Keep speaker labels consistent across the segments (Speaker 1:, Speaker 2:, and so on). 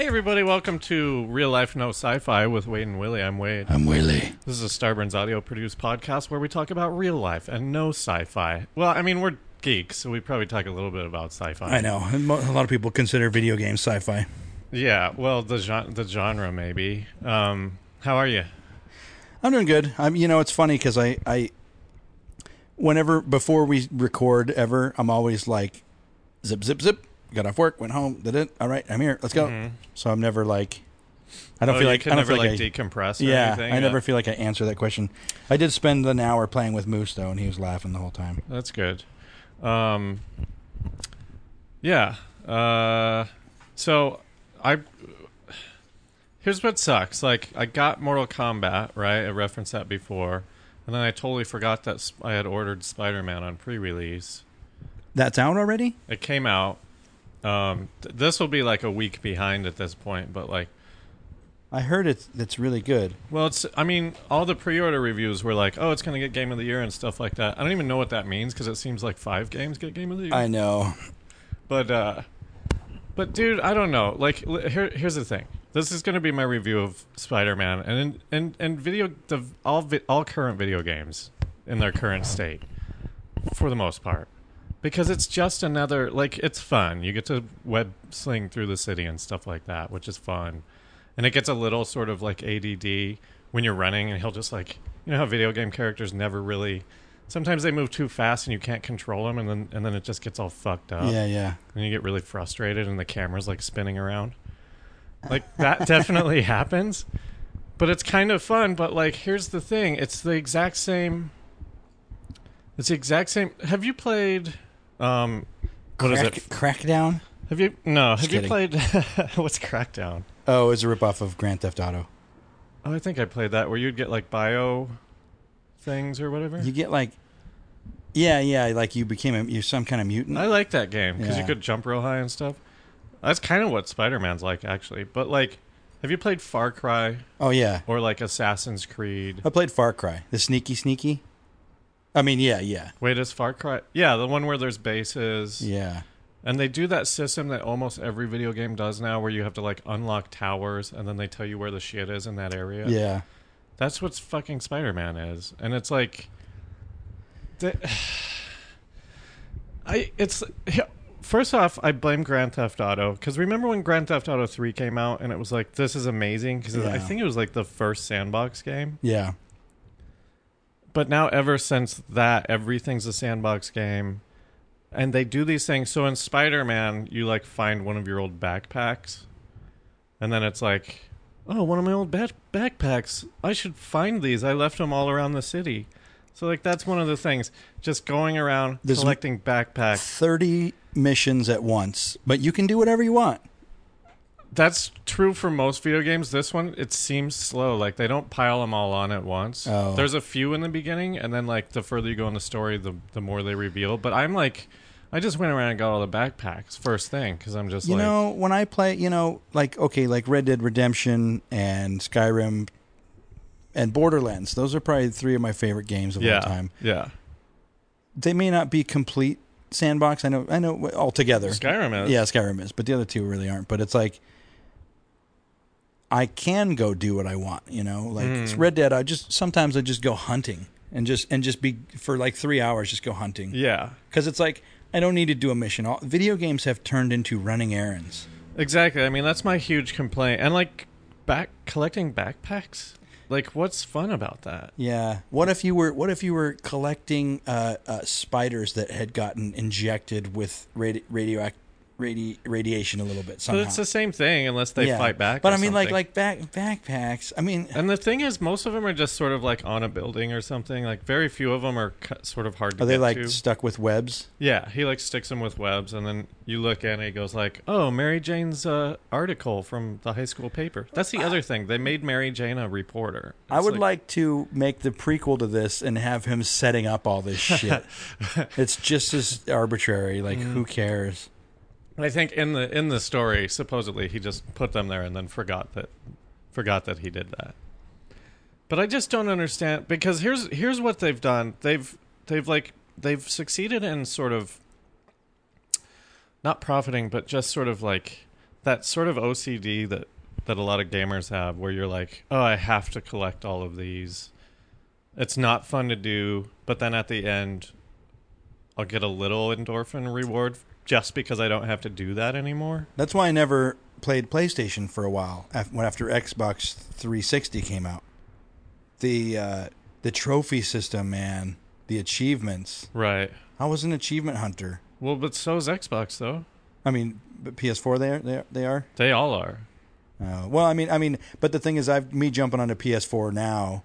Speaker 1: everybody. Welcome to Real Life No Sci-Fi with Wade and Willie. I'm Wade.
Speaker 2: I'm Willie.
Speaker 1: This is a Starburns audio produced podcast where we talk about real life and no sci-fi. Well, I mean, we're geeks, so we probably talk a little bit about sci-fi.
Speaker 2: I know. A mo- a lot of people consider video games sci fi.
Speaker 1: Yeah, well, the gen- the genre maybe. Um, how are you?
Speaker 2: I'm doing good. I'm, you know, it's funny because I, I, whenever, before we record ever, I'm always like, zip, zip, zip, got off work, went home, did it. All right, I'm here, let's go. So I'm never like, I
Speaker 1: Mm-hmm. Oh,
Speaker 2: don't feel
Speaker 1: you
Speaker 2: like,
Speaker 1: can
Speaker 2: I don't
Speaker 1: never
Speaker 2: feel
Speaker 1: like,
Speaker 2: like, I-
Speaker 1: decompress. Or
Speaker 2: yeah,
Speaker 1: anything.
Speaker 2: I never feel like I answer that question. I did spend an hour playing with Moose though, and he was laughing the whole time.
Speaker 1: That's good. Um, yeah. Uh, so I here's what sucks. Like I got Mortal Kombat right. I referenced that before, and then I totally forgot that sp- I had ordered Spider Man on pre-release.
Speaker 2: That's out already.
Speaker 1: It came out. Um, th- this will be like a week behind at this point, but like
Speaker 2: I heard it's that's really good.
Speaker 1: Well, it's. I mean, all the pre-order reviews were like, "Oh, it's going to get Game of the Year" and stuff like that. I don't even know what that means because it seems like five games get Game of the Year.
Speaker 2: I know.
Speaker 1: but, uh, but dude, I don't know. Like, l- here, here's the thing. This is going to be my review of Spider-Man and and and video the all vi- all current video games in their current state, for the most part, because it's just another like it's fun. You get to web sling through the city and stuff like that, which is fun and it gets a little sort of like ADD when you're running, and he'll just like you know how video game characters never really. Sometimes they move too fast and you can't control them, and then and then it just gets all fucked up,
Speaker 2: Yeah, yeah.
Speaker 1: and you get really frustrated, and the camera's like spinning around. Like that definitely happens, but it's kind of fun. But like, here's the thing: it's the exact same. It's the exact same. Have you played? Um, what is
Speaker 2: Crack,
Speaker 1: it?
Speaker 2: Crackdown.
Speaker 1: Have you no? Have you
Speaker 2: kidding.
Speaker 1: played? what's Crackdown?
Speaker 2: Oh, it's a ripoff of Grand Theft Auto.
Speaker 1: Oh, I think I played that where you'd get like bio things or whatever.
Speaker 2: You get like, yeah, yeah, like you became a, you're some kind of mutant.
Speaker 1: I like that game because you
Speaker 2: Yeah.
Speaker 1: could jump real high and stuff. That's kind of what Spider Man's like, actually. But like, have you played Far Cry
Speaker 2: oh yeah,
Speaker 1: or like Assassin's Creed?
Speaker 2: I played Far Cry, the sneaky sneaky. I mean, yeah, yeah,
Speaker 1: Wait, is Far Cry? Yeah, the one where there's bases.
Speaker 2: yeah,
Speaker 1: And they do that system that almost every video game does now where you have to like unlock towers and then they tell you where the shit is in that area.
Speaker 2: yeah.
Speaker 1: That's what's fucking Spider Man is, and it's like, the, I it's first off, I blame Grand Theft Auto because remember when Grand Theft Auto Three came out and it was like this is amazing because I
Speaker 2: Yeah.
Speaker 1: think it was like the first sandbox game,
Speaker 2: yeah.
Speaker 1: but now ever since that everything's a sandbox game, and they do these things. So in Spider Man, you like find one of your old backpacks, and then it's like. Oh, one of my old back- backpacks. I should find these. I left them all around the city. So, like, that's one of the things. Just going around
Speaker 2: There's-
Speaker 1: collecting backpacks.
Speaker 2: Thirty missions at once, but you can do whatever you want.
Speaker 1: That's true for most video games. This one, it seems slow. Like, they don't pile them all on at once.
Speaker 2: Oh.
Speaker 1: There's a few in the beginning, and then, like, the further you go in the story, the, the more they reveal. But I'm like, I just went around and got all the backpacks first thing because I'm just
Speaker 2: You
Speaker 1: like,
Speaker 2: know, when I play, you know, like okay, like Red Dead Redemption and Skyrim and Borderlands. Those are probably three of my favorite games of
Speaker 1: yeah.
Speaker 2: all time.
Speaker 1: Yeah.
Speaker 2: They may not be complete sandbox. I know, I know, altogether.
Speaker 1: Skyrim is.
Speaker 2: Yeah, Skyrim is, but the other two really aren't. But it's like I can go do what I want, you know. Like it's
Speaker 1: Hmm.
Speaker 2: Red Dead, I just sometimes I just go hunting and just and just be for like three hours, just go hunting
Speaker 1: Yeah.
Speaker 2: because it's like I don't need to do a mission. All, video games have turned into running errands.
Speaker 1: Exactly. I mean, that's my huge complaint. And like back collecting backpacks. Like, what's fun about that?
Speaker 2: Yeah. What if you were What if you were collecting uh, uh, spiders that had gotten injected with radi- radioact radi- radiation a little bit
Speaker 1: But
Speaker 2: somehow?
Speaker 1: it's the same thing unless they
Speaker 2: Yeah.
Speaker 1: fight back. or
Speaker 2: But I mean,
Speaker 1: something.
Speaker 2: like like back backpacks. I mean,
Speaker 1: And the thing is, most of them are just sort of like on a building or something. Like very few of them are cu- sort of hard to
Speaker 2: Are they
Speaker 1: get
Speaker 2: like
Speaker 1: to.
Speaker 2: stuck with webs?
Speaker 1: yeah, he like sticks them with webs, and then you look at it, and he goes like, "Oh, Mary Jane's uh, article from the high school paper." That's the other thing. They made Mary Jane a reporter.
Speaker 2: I
Speaker 1: It's
Speaker 2: would like, to make the prequel to this and have him setting up all this shit. it's just as arbitrary. Like,
Speaker 1: Mm.
Speaker 2: who cares?
Speaker 1: I think in the in the story, supposedly he just put them there and then forgot that forgot that he did that. But I just don't understand because here's here's what they've done. They've they've like they've succeeded in sort of not profiting, but just sort of like that sort of OCD that that a lot of gamers have, where you're like, oh, I have to collect all of these. It's not fun to do, but then at the end, I'll get a little endorphin reward just because I don't have to do that anymore.
Speaker 2: That's why I never played PlayStation for a while af- when- after Xbox 360 came out. The uh, the trophy system, man, the achievements.
Speaker 1: Right.
Speaker 2: I was an achievement hunter.
Speaker 1: Well, but so is Xbox though.
Speaker 2: I mean, but PS4 they are, they are, they are.
Speaker 1: They all are.
Speaker 2: Uh, well, I mean, I mean, but the thing is, I've me jumping onto PS4 now.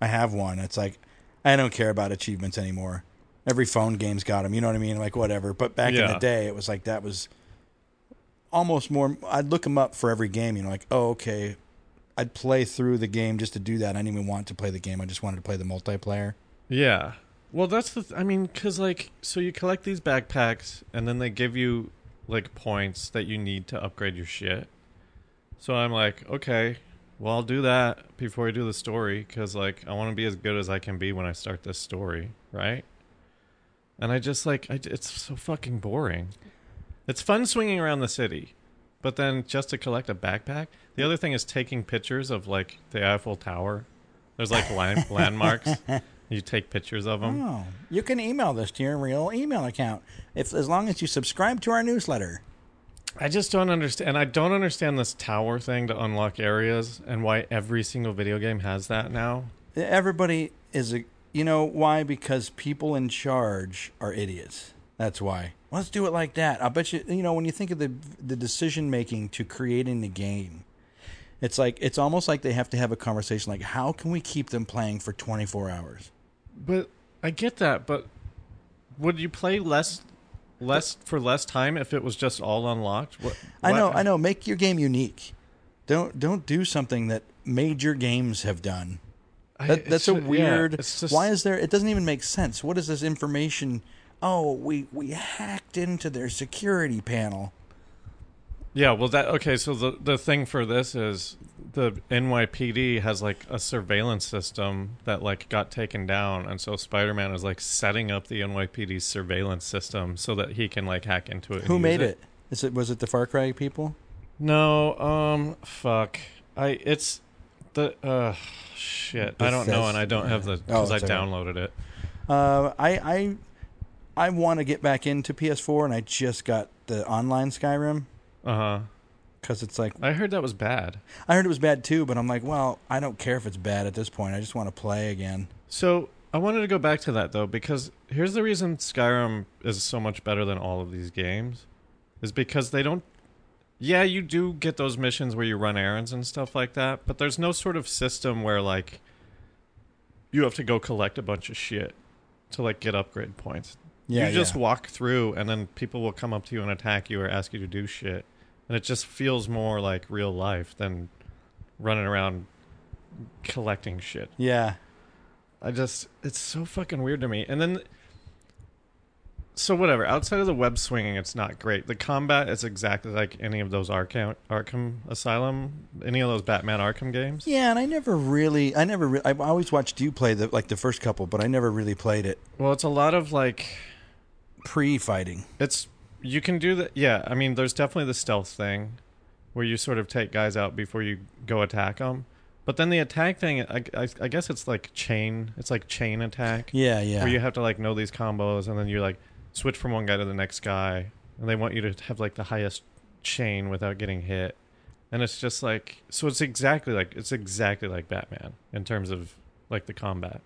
Speaker 2: I have one. It's like I don't care about achievements anymore. Every phone game's got them. You know what I mean? Like whatever. But back in
Speaker 1: Yeah.
Speaker 2: the day, it was like that was almost more. I'd look them up for every game. You know, like oh okay, I'd play through the game just to do that. I didn't even want to play the game. I just wanted to play the multiplayer.
Speaker 1: Yeah. Well, that's the. Th- I mean, because like, so you collect these backpacks, and then they give you like points that you need to upgrade your shit. So I'm like, okay, well, I'll do that before I do the story, because like, I want to be as good as I can be when I start this story, right? And I just like, I, it's so fucking boring. It's fun swinging around the city, but then just to collect a backpack. The other thing is taking pictures of like the Eiffel Tower. There's like land- landmarks. You take pictures of them.
Speaker 2: Oh, you can email this to your real email account if as long as you subscribe to our newsletter.
Speaker 1: I just don't understand. And I don't understand this tower thing to unlock areas and why every single video game has that now.
Speaker 2: everybody is a you know why because people in charge are idiots that's why let's do it like that i bet you you know when you think of the the decision making to creating the game it's like it's almost like they have to have a conversation like how can we keep them playing for 24 hours
Speaker 1: But I get that. But would you play less, less for less time if it was just all unlocked? What,
Speaker 2: i know
Speaker 1: what-
Speaker 2: i know make your game unique don't don't do something that major games have done
Speaker 1: I-
Speaker 2: That,
Speaker 1: it's
Speaker 2: that's a
Speaker 1: ju- yeah,
Speaker 2: weird.
Speaker 1: it's just-
Speaker 2: why is there? It doesn't even make sense. What is this information? Oh, we we hacked into their security panel.
Speaker 1: Yeah, well, that okay. So the the thing for this is the NYPD has like a surveillance system that like got taken down, and so Spider Man is like setting up the NYPD's surveillance system so that he can like hack into it. and
Speaker 2: Who
Speaker 1: use
Speaker 2: made it? Is it was it the Far Cry people?
Speaker 1: No, um, fuck. I it's the uh shit. I don't know, and I don't have the because
Speaker 2: Oh,
Speaker 1: I
Speaker 2: it's okay.
Speaker 1: downloaded it.
Speaker 2: Uh, I I I want to get back into PS4, and I just got the online Skyrim
Speaker 1: Uh huh.
Speaker 2: because it's like
Speaker 1: I heard that was bad.
Speaker 2: I heard it was bad too, but I'm like, well, I don't care if it's bad at this point. I just want to play again.
Speaker 1: So I wanted to go back to that though, because here's the reason Skyrim is so much better than all of these games, is because they don't. Yeah, you do get those missions where you run errands and stuff like that, but there's no sort of system where like you have to go collect a bunch of shit to like get upgrade points.
Speaker 2: Yeah,
Speaker 1: you just
Speaker 2: yeah.
Speaker 1: walk through, and then people will come up to you and attack you or ask you to do shit, and it just feels more like real life than running around collecting shit.
Speaker 2: yeah.
Speaker 1: I just it's so fucking weird to me. And then so whatever, outside of the web swinging it's not great. The combat is exactly like any of those Arkham Arkham Asylum, any of those Batman Arkham games.
Speaker 2: Yeah, and I never really, I never, re- I always watched you play the like the first couple, but I never really played it
Speaker 1: Well, it's a lot of like
Speaker 2: pre-fighting.
Speaker 1: it's you can do the yeah, I mean there's definitely the stealth thing where you sort of take guys out before you go attack them. But then the attack thing, I, I, I guess it's like chain. It's like chain attack.
Speaker 2: Yeah, yeah.
Speaker 1: where you have to like know these combos and then you like switch from one guy to the next guy and they want you to have like the highest chain without getting hit and it's just like so it's exactly like it's exactly like batman in terms of like the combat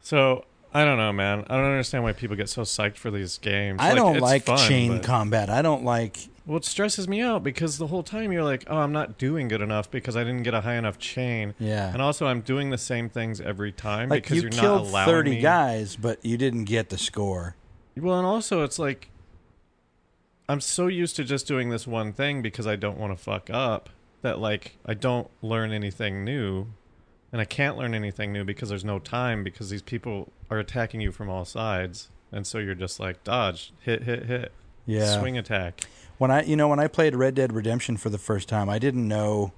Speaker 1: so i don't know man i don't understand why people get so psyched for these games
Speaker 2: I don't
Speaker 1: it's
Speaker 2: like
Speaker 1: fun,
Speaker 2: chain
Speaker 1: but-
Speaker 2: combat. I don't like.
Speaker 1: well it stresses me out because the whole time you're like oh i'm not doing good enough because i didn't get a high enough chain
Speaker 2: Yeah.
Speaker 1: and also i'm doing the same things every time
Speaker 2: Like
Speaker 1: because
Speaker 2: you
Speaker 1: are
Speaker 2: killed
Speaker 1: not allowing
Speaker 2: thirty
Speaker 1: me
Speaker 2: guys, but you didn't get the score.
Speaker 1: Well, and also it's like I'm so used to just doing this one thing because I don't want to fuck up that like I don't learn anything new and I can't learn anything new because there's no time because these people are attacking you from all sides and so you're just like dodge, hit hit hit,
Speaker 2: Yeah.
Speaker 1: swing attack.
Speaker 2: When I, you know, when I played Red Dead Redemption for the first time, I didn't know.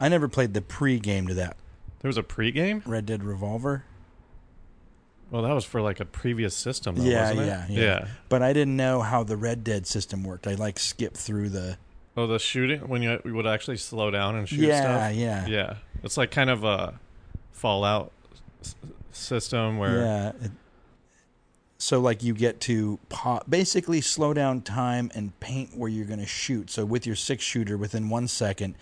Speaker 2: I never played the pre-game to that
Speaker 1: There was a pregame?
Speaker 2: Red Dead Revolver.
Speaker 1: Well, that was for like a previous system. Though,
Speaker 2: Yeah,
Speaker 1: wasn't it?
Speaker 2: yeah, yeah. But I didn't know how the Red Dead system worked. I like skipped through the.
Speaker 1: Oh, the shooting when you would actually slow down and shoot
Speaker 2: Yeah,
Speaker 1: stuff.
Speaker 2: yeah, yeah,
Speaker 1: Yeah, it's like kind of a Fallout s- system where
Speaker 2: It- So like you get to pa- basically slow down time and paint where you're going to shoot. So with your six shooter, within one second,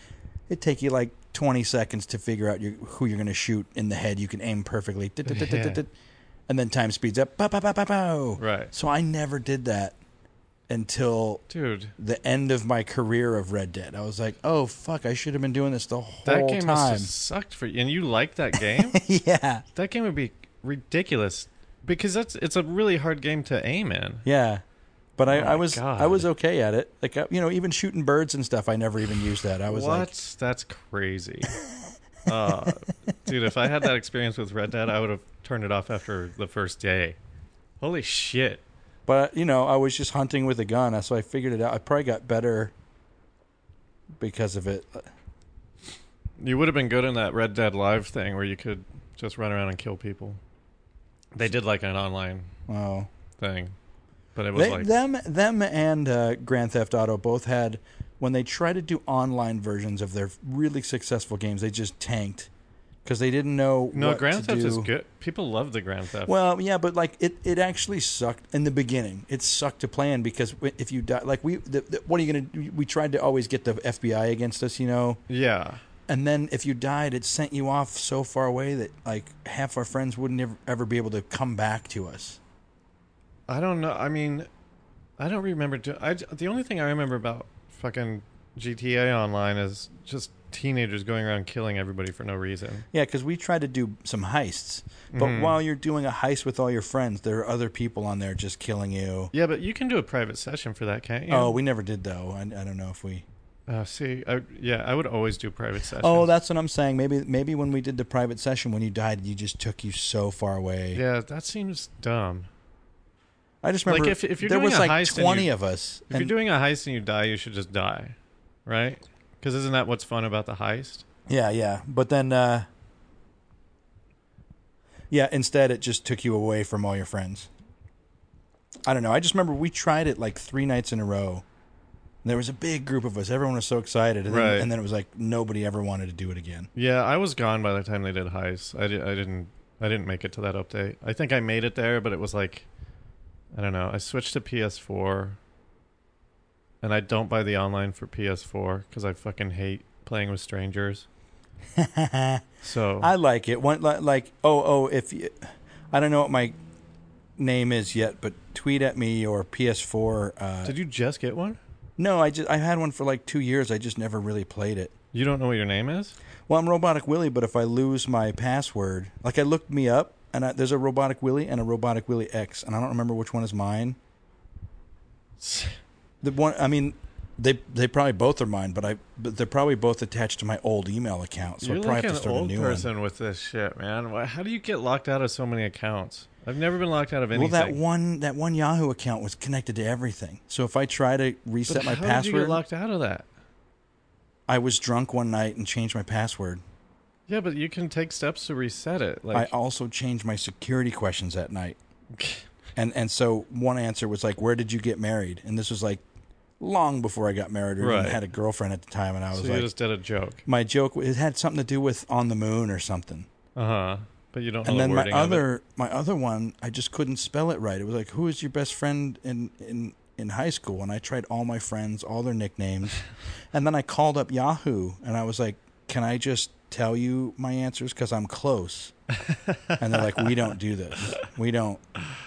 Speaker 2: it take you like 20 seconds to figure out your, who you're going to shoot in the head. You can aim perfectly, Dit, dit, dit, dit,
Speaker 1: Yeah.
Speaker 2: dit, dit. and then time speeds up. Pow, pow, pow, pow, pow.
Speaker 1: right,
Speaker 2: So I never did that until
Speaker 1: dude.
Speaker 2: the end of my career of Red Dead. I was like, oh fuck, I should have been doing this the whole
Speaker 1: That game must
Speaker 2: time.
Speaker 1: have sucked for you, and you like that game.
Speaker 2: yeah,
Speaker 1: that game would be ridiculous because that's it's a really hard game to aim in.
Speaker 2: yeah. But I,
Speaker 1: Oh my
Speaker 2: I was
Speaker 1: God.
Speaker 2: I was okay at it. Like I, you know, even shooting birds and stuff, I never even used that. I was
Speaker 1: what?
Speaker 2: like,
Speaker 1: that's crazy. uh, dude, if I had that experience with Red Dead, I would have turned it off after the first day. Holy shit.
Speaker 2: but you know, I was just hunting with a gun, so I figured it out. I probably got better because of it. Uh,
Speaker 1: You would have been good in that Red Dead Live thing where you could just run around and kill people. They did like an online
Speaker 2: Oh,
Speaker 1: thing, but it was
Speaker 2: they,
Speaker 1: like
Speaker 2: them them and uh, Grand Theft Auto both had when they tried to do online versions of their really successful games, they just tanked because they didn't know.
Speaker 1: no
Speaker 2: what
Speaker 1: Grand
Speaker 2: to
Speaker 1: Theft is
Speaker 2: do.
Speaker 1: good. People love the Grand Theft.
Speaker 2: Well, yeah, but like it, it actually sucked in the beginning. It sucked to plan because w- if you die, like we, the, the, what are you gonna? do? We tried to always get the FBI against us, you know.
Speaker 1: yeah,
Speaker 2: And then if you died, it sent you off so far away that like half our friends wouldn't ever, ever be able to come back to us.
Speaker 1: I don't know. I mean, I don't remember. Do- I the only thing I remember about fucking GTA Online is just teenagers going around killing everybody for no reason.
Speaker 2: Yeah, because we tried to do some heists, but
Speaker 1: Mhm.
Speaker 2: while you're doing a heist with all your friends, there are other people on there just killing you.
Speaker 1: Yeah, but you can do a private session for that, can't you?
Speaker 2: Oh, we never did though. I, I don't know if we.
Speaker 1: uh, see, I, yeah, I would always do private sessions.
Speaker 2: Oh, that's what I'm saying. Maybe maybe when we did the private session, when you died, you just took you so far away.
Speaker 1: yeah, that seems dumb.
Speaker 2: I just remember
Speaker 1: Like, if- if you're
Speaker 2: there
Speaker 1: doing
Speaker 2: was
Speaker 1: a
Speaker 2: like
Speaker 1: heist and
Speaker 2: twenty
Speaker 1: you-
Speaker 2: of us.
Speaker 1: If you're
Speaker 2: and-
Speaker 1: doing a heist and you die, you should just die, right? Because isn't that what's fun about the heist?
Speaker 2: yeah, yeah. But then, uh, yeah. Instead, it just took you away from all your friends. I don't know. I just remember we tried it like three nights in a row. There was a big group of us. Everyone was so excited, and,
Speaker 1: Right.
Speaker 2: then, and then it was like nobody ever wanted to do it again.
Speaker 1: Yeah, I was gone by the time they did heists. I, di- I didn't I didn't make it to that update. I think I made it there, but it was like I don't know. I switched to PS4, and I don't buy the online for PS4 because I fucking hate playing with strangers. so
Speaker 2: I like it. One li- like oh oh if you, I don't know what my name is yet, but tweet at me or PS4. Uh,
Speaker 1: did you just get one?
Speaker 2: no, I just I had one for like two years. I just never really played it.
Speaker 1: You don't know what your name is?
Speaker 2: Well, I'm Robotic Willie, but if I lose my password, like I looked me up, and I, there's a Robotic Willie and a Robotic Willie X, and I don't remember which one is mine. The one, I mean, they they probably both are mine, but I but they're probably both attached to my old email account, so
Speaker 1: You're
Speaker 2: I probably
Speaker 1: like
Speaker 2: have
Speaker 1: an
Speaker 2: to start
Speaker 1: old
Speaker 2: a new
Speaker 1: person with this shit, man. Why, how do you get locked out of so many accounts? I've never been locked out of
Speaker 2: one. Well,
Speaker 1: anything.
Speaker 2: that one that one Yahoo account was connected to everything, so if I try to
Speaker 1: but
Speaker 2: reset
Speaker 1: how
Speaker 2: my
Speaker 1: did you get
Speaker 2: password,
Speaker 1: locked out of that?
Speaker 2: I was drunk one night and changed my password.
Speaker 1: Yeah, but you can take steps to reset it. Like,
Speaker 2: I also changed my security questions that night. And and so one answer was like, "Where did you get married?" And this was like long before I got married or
Speaker 1: Right.
Speaker 2: even had a girlfriend at the time. And I
Speaker 1: so
Speaker 2: was
Speaker 1: you
Speaker 2: like,
Speaker 1: just did a joke.
Speaker 2: my joke it had something to do with on the moon or something.
Speaker 1: Uh huh. But you don't know
Speaker 2: And then
Speaker 1: the
Speaker 2: my
Speaker 1: wording of it.
Speaker 2: other my other one, I just couldn't spell it right. It was like, "Who is your best friend in in in high school?" And I tried all my friends, all their nicknames, and then I called up Yahoo and I was like, "Can I just tell you my answers because I'm close?" and they're like, "We don't do this. We don't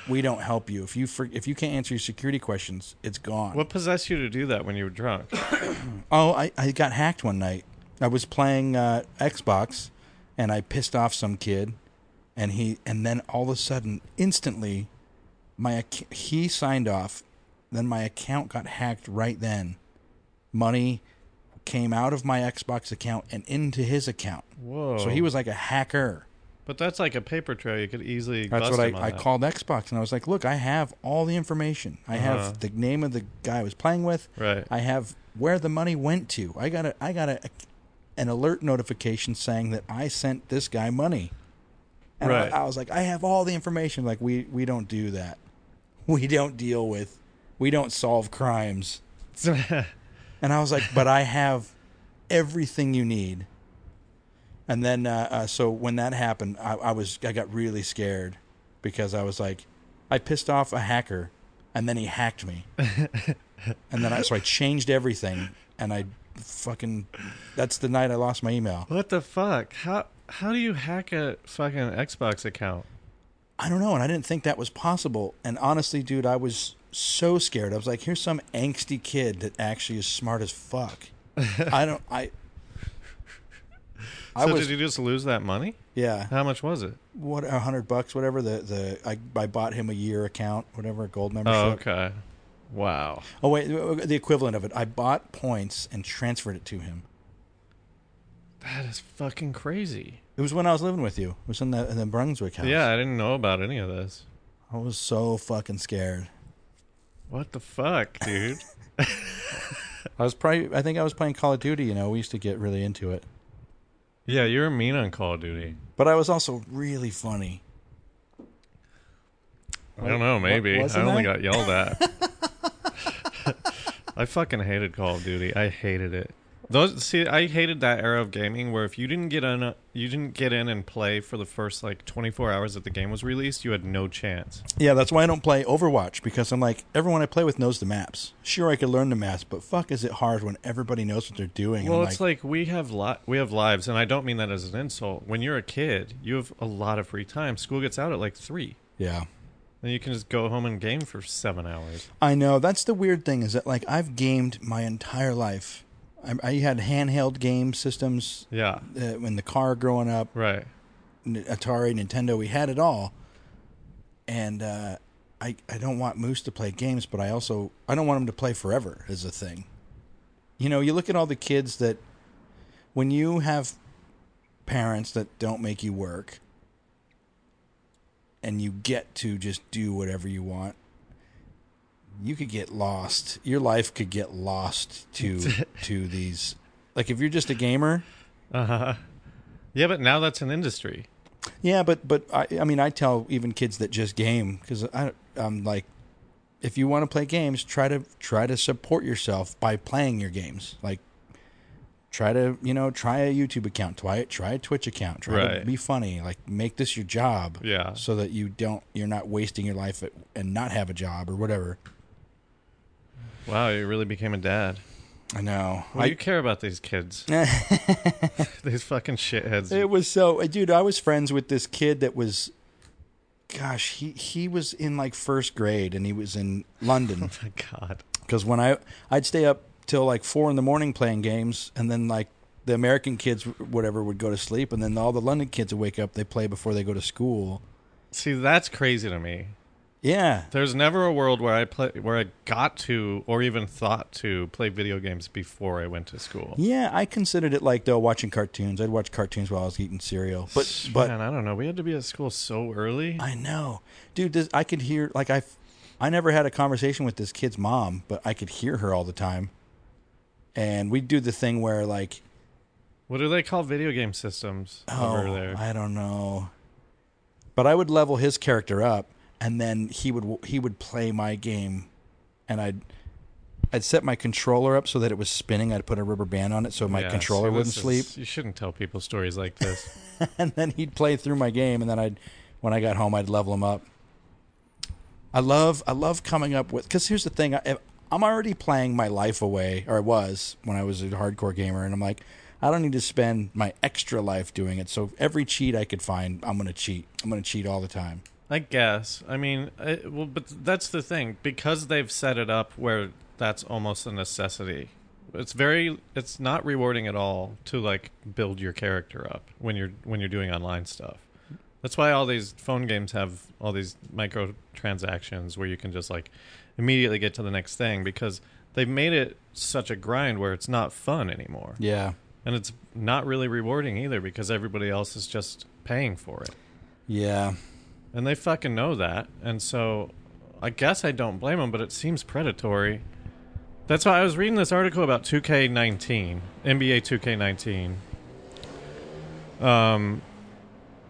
Speaker 2: we don't help you. If you for, if you can't answer your security questions, it's gone."
Speaker 1: What possessed you to do that when you were drunk?
Speaker 2: Oh, I, I got hacked one night. I was playing uh, Xbox, and I pissed off some kid, and he and then all of a sudden, instantly, my ac- he signed off. Then my account got hacked right then. Money came out of my Xbox account and into his account.
Speaker 1: Whoa.
Speaker 2: So he was like a hacker.
Speaker 1: But that's like a paper trail. You could easily.
Speaker 2: That's
Speaker 1: bust
Speaker 2: what
Speaker 1: him on
Speaker 2: I, I
Speaker 1: that.
Speaker 2: called Xbox, and I was like, "Look, I have all the information. I
Speaker 1: Uh-huh.
Speaker 2: have the name of the guy I was playing with.
Speaker 1: Right.
Speaker 2: I have where the money went to. I got a I got a an alert notification saying that I sent this guy money. And I-
Speaker 1: Right.
Speaker 2: I, was like, I have all the information. Like we we don't do that. We don't deal with. We don't solve crimes. And I was like, but I have everything you need. And then, uh, uh, so when that happened, I, I was I got really scared because I was like, I pissed off a hacker, and then he hacked me, and then I so I changed everything, and I fucking that's the night I lost my email.
Speaker 1: what the fuck? How how do you hack a fucking Xbox account?
Speaker 2: I don't know, and I didn't think that was possible. And honestly, dude, I was so scared. I was like, here's some angsty kid that actually is smart as fuck. I don't. I. I
Speaker 1: So
Speaker 2: was
Speaker 1: did you just lose that money?
Speaker 2: yeah.
Speaker 1: How much was it?
Speaker 2: what a hundred bucks, whatever the the I, I bought him a year account, whatever gold membership.
Speaker 1: Oh,
Speaker 2: Oh,
Speaker 1: okay. Wow.
Speaker 2: wait, the equivalent of it. I bought points and transferred it to him.
Speaker 1: That is fucking crazy.
Speaker 2: It was when I was living with you. It was in the in the Brunswick house.
Speaker 1: Yeah, I didn't know about any of this.
Speaker 2: I was so fucking scared.
Speaker 1: What the fuck, dude?
Speaker 2: I was probably I think I was playing Call of Duty. You know, we used to get really into it,
Speaker 1: yeah, you were mean on Call of Duty.
Speaker 2: but I was also really funny.
Speaker 1: I don't know, maybe. I
Speaker 2: wasn't
Speaker 1: only
Speaker 2: I?
Speaker 1: got yelled at. I fucking hated Call of Duty. I hated it. Those see, I hated that era of gaming where if you didn't get in, you didn't get in and play for the first like 24 hours that the game was released, you had no chance.
Speaker 2: Yeah, that's why I don't play Overwatch because I'm like everyone I play with knows the maps. Sure, I could learn the maps, but fuck, is it hard when everybody knows what they're doing? and
Speaker 1: Well,
Speaker 2: I'm
Speaker 1: it's like we have li- we have lives, and I don't mean that as an insult. When you're a kid, you have a lot of free time. School gets out at like three,
Speaker 2: yeah.
Speaker 1: then you can just go home and game for seven hours.
Speaker 2: I know. That's the weird thing is that like I've gamed my entire life. I, I had handheld game systems
Speaker 1: Yeah,
Speaker 2: uh, in the car growing up.
Speaker 1: right.
Speaker 2: N- Atari, Nintendo, we had it all. And uh, I I don't want Moose to play games, but I also I don't want him to play forever is a thing. You know, you look at all the kids that when you have parents that don't make you work and you get to just do whatever you want, you could get lost. Your life could get lost to to these like if you're just a gamer,
Speaker 1: Yeah, but now that's an industry.
Speaker 2: Yeah, but but I, I mean, I tell even kids that just game because I'm like, if you want to play games, try to try to support yourself by playing your games. Like, try to you know try a YouTube account, try try a Twitch account, try to
Speaker 1: Right.
Speaker 2: be funny. Like, make this your job.
Speaker 1: Yeah.
Speaker 2: So that you don't you're not wasting your life at, and not have a job or whatever.
Speaker 1: Wow, you really became a dad.
Speaker 2: I know.
Speaker 1: Well,
Speaker 2: I,
Speaker 1: you care about these kids. these fucking shitheads.
Speaker 2: It was so, uh, dude. I was friends with this kid that was, gosh, he he was in like first grade and he was in London.
Speaker 1: My God.
Speaker 2: because when I I'd stay up till like four in the morning playing games, and then like the American kids whatever would go to sleep, and then all the London kids would wake up. They play before they go to school.
Speaker 1: See, that's crazy to me.
Speaker 2: Yeah,
Speaker 1: There's never a world where I play, where I got to, or even thought to play video games before I went to school.
Speaker 2: yeah. I considered it like though watching cartoons. I'd watch cartoons while I was eating cereal, but but
Speaker 1: Man, I don't know. We had to be at school so early.
Speaker 2: I know, dude. This, I could hear like I, I never had a conversation with this kid's mom, but I could hear her all the time, and we'd do the thing where like
Speaker 1: What do they call video game systems over there?
Speaker 2: Oh, I don't know. But I would level his character up, and then he would he would play my game, and I'd I'd set my controller up so that it was spinning. I'd put a rubber band on it so my
Speaker 1: Yeah,
Speaker 2: controller
Speaker 1: see,
Speaker 2: wouldn't
Speaker 1: this is-
Speaker 2: sleep,
Speaker 1: You shouldn't tell people stories like this.
Speaker 2: and then he'd play through my game, and then I'd when I got home I'd level him up. I love I love coming up with because here's the thing I, I'm already playing my life away or I was when I was a hardcore gamer and I'm like I don't need to spend my extra life doing it so every cheat I could find I'm gonna cheat I'm gonna cheat all the time
Speaker 1: I guess. I mean, I, well, but that's the thing because they've set it up where that's almost a necessity. It's very, it's not rewarding at all to like build your character up when you're when you're doing online stuff. That's why all these phone games have all these microtransactions where you can just like immediately get to the next thing because they've made it such a grind where it's not fun anymore.
Speaker 2: yeah
Speaker 1: And it's not really rewarding either because everybody else is just paying for it.
Speaker 2: yeah
Speaker 1: And they fucking know that. And so I guess I don't blame them, but it seems predatory. That's why I was reading this article about 2K19, NBA 2K19. Um,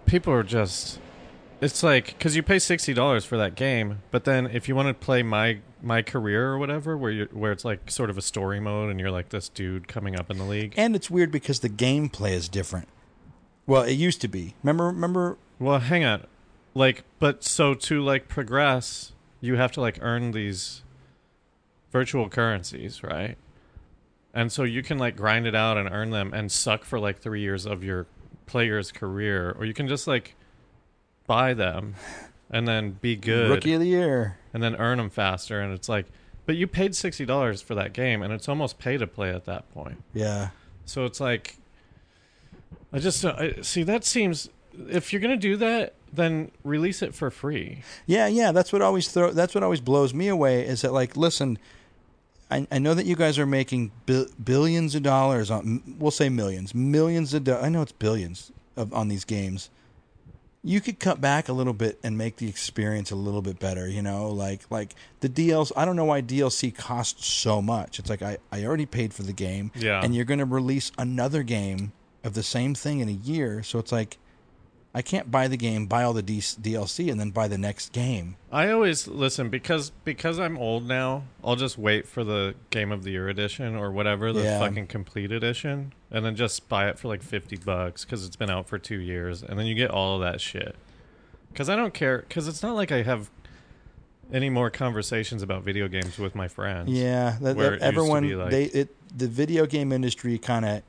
Speaker 1: people are just it's like because you pay sixty dollars for that game, but then if you want to play my my career or whatever, where you where it's like sort of a story mode, and you're like this dude coming up in the league.
Speaker 2: And it's weird because the gameplay is different. Well, it used to be. Remember, remember.
Speaker 1: Well, hang on, like, but so to like progress, you have to like earn these virtual currencies, right? And so you can like grind it out and earn them and suck for like three years of your player's career, or you can just like buy them and then be good
Speaker 2: Rookie of the year.
Speaker 1: and then earn them faster. And it's like, but you paid sixty dollars for that game, and it's almost pay to play at that point.
Speaker 2: Yeah.
Speaker 1: So it's like, I just uh, I, see that seems if you're gonna do that, then release it for free.
Speaker 2: Yeah, yeah, that's what always throw. That's what always blows me away is that like, listen, I, I know that you guys are making bi- billions of dollars on. We'll say millions, millions of. Do- I know it's billions of, on these games. You could cut back a little bit and make the experience a little bit better. You know, like like the DLC. I don't know why DLC costs so much. It's like I I already paid for the game,
Speaker 1: Yeah.
Speaker 2: and you're going to release another game of the same thing in a year. So it's like. I can't buy the game, buy all the D- DLC, and then buy the next game.
Speaker 1: I always listen because because I'm old now. I'll just wait for the Game of the Year edition or whatever the
Speaker 2: Yeah.
Speaker 1: fucking complete edition, and then just buy it for like fifty bucks because it's been out for two years, and then you get all of that shit. Because I don't care. Because it's not like I have any more conversations about video games with my friends.
Speaker 2: Yeah, that,
Speaker 1: where it
Speaker 2: that
Speaker 1: used to
Speaker 2: everyone
Speaker 1: be, like-
Speaker 2: they it the video game industry kind of.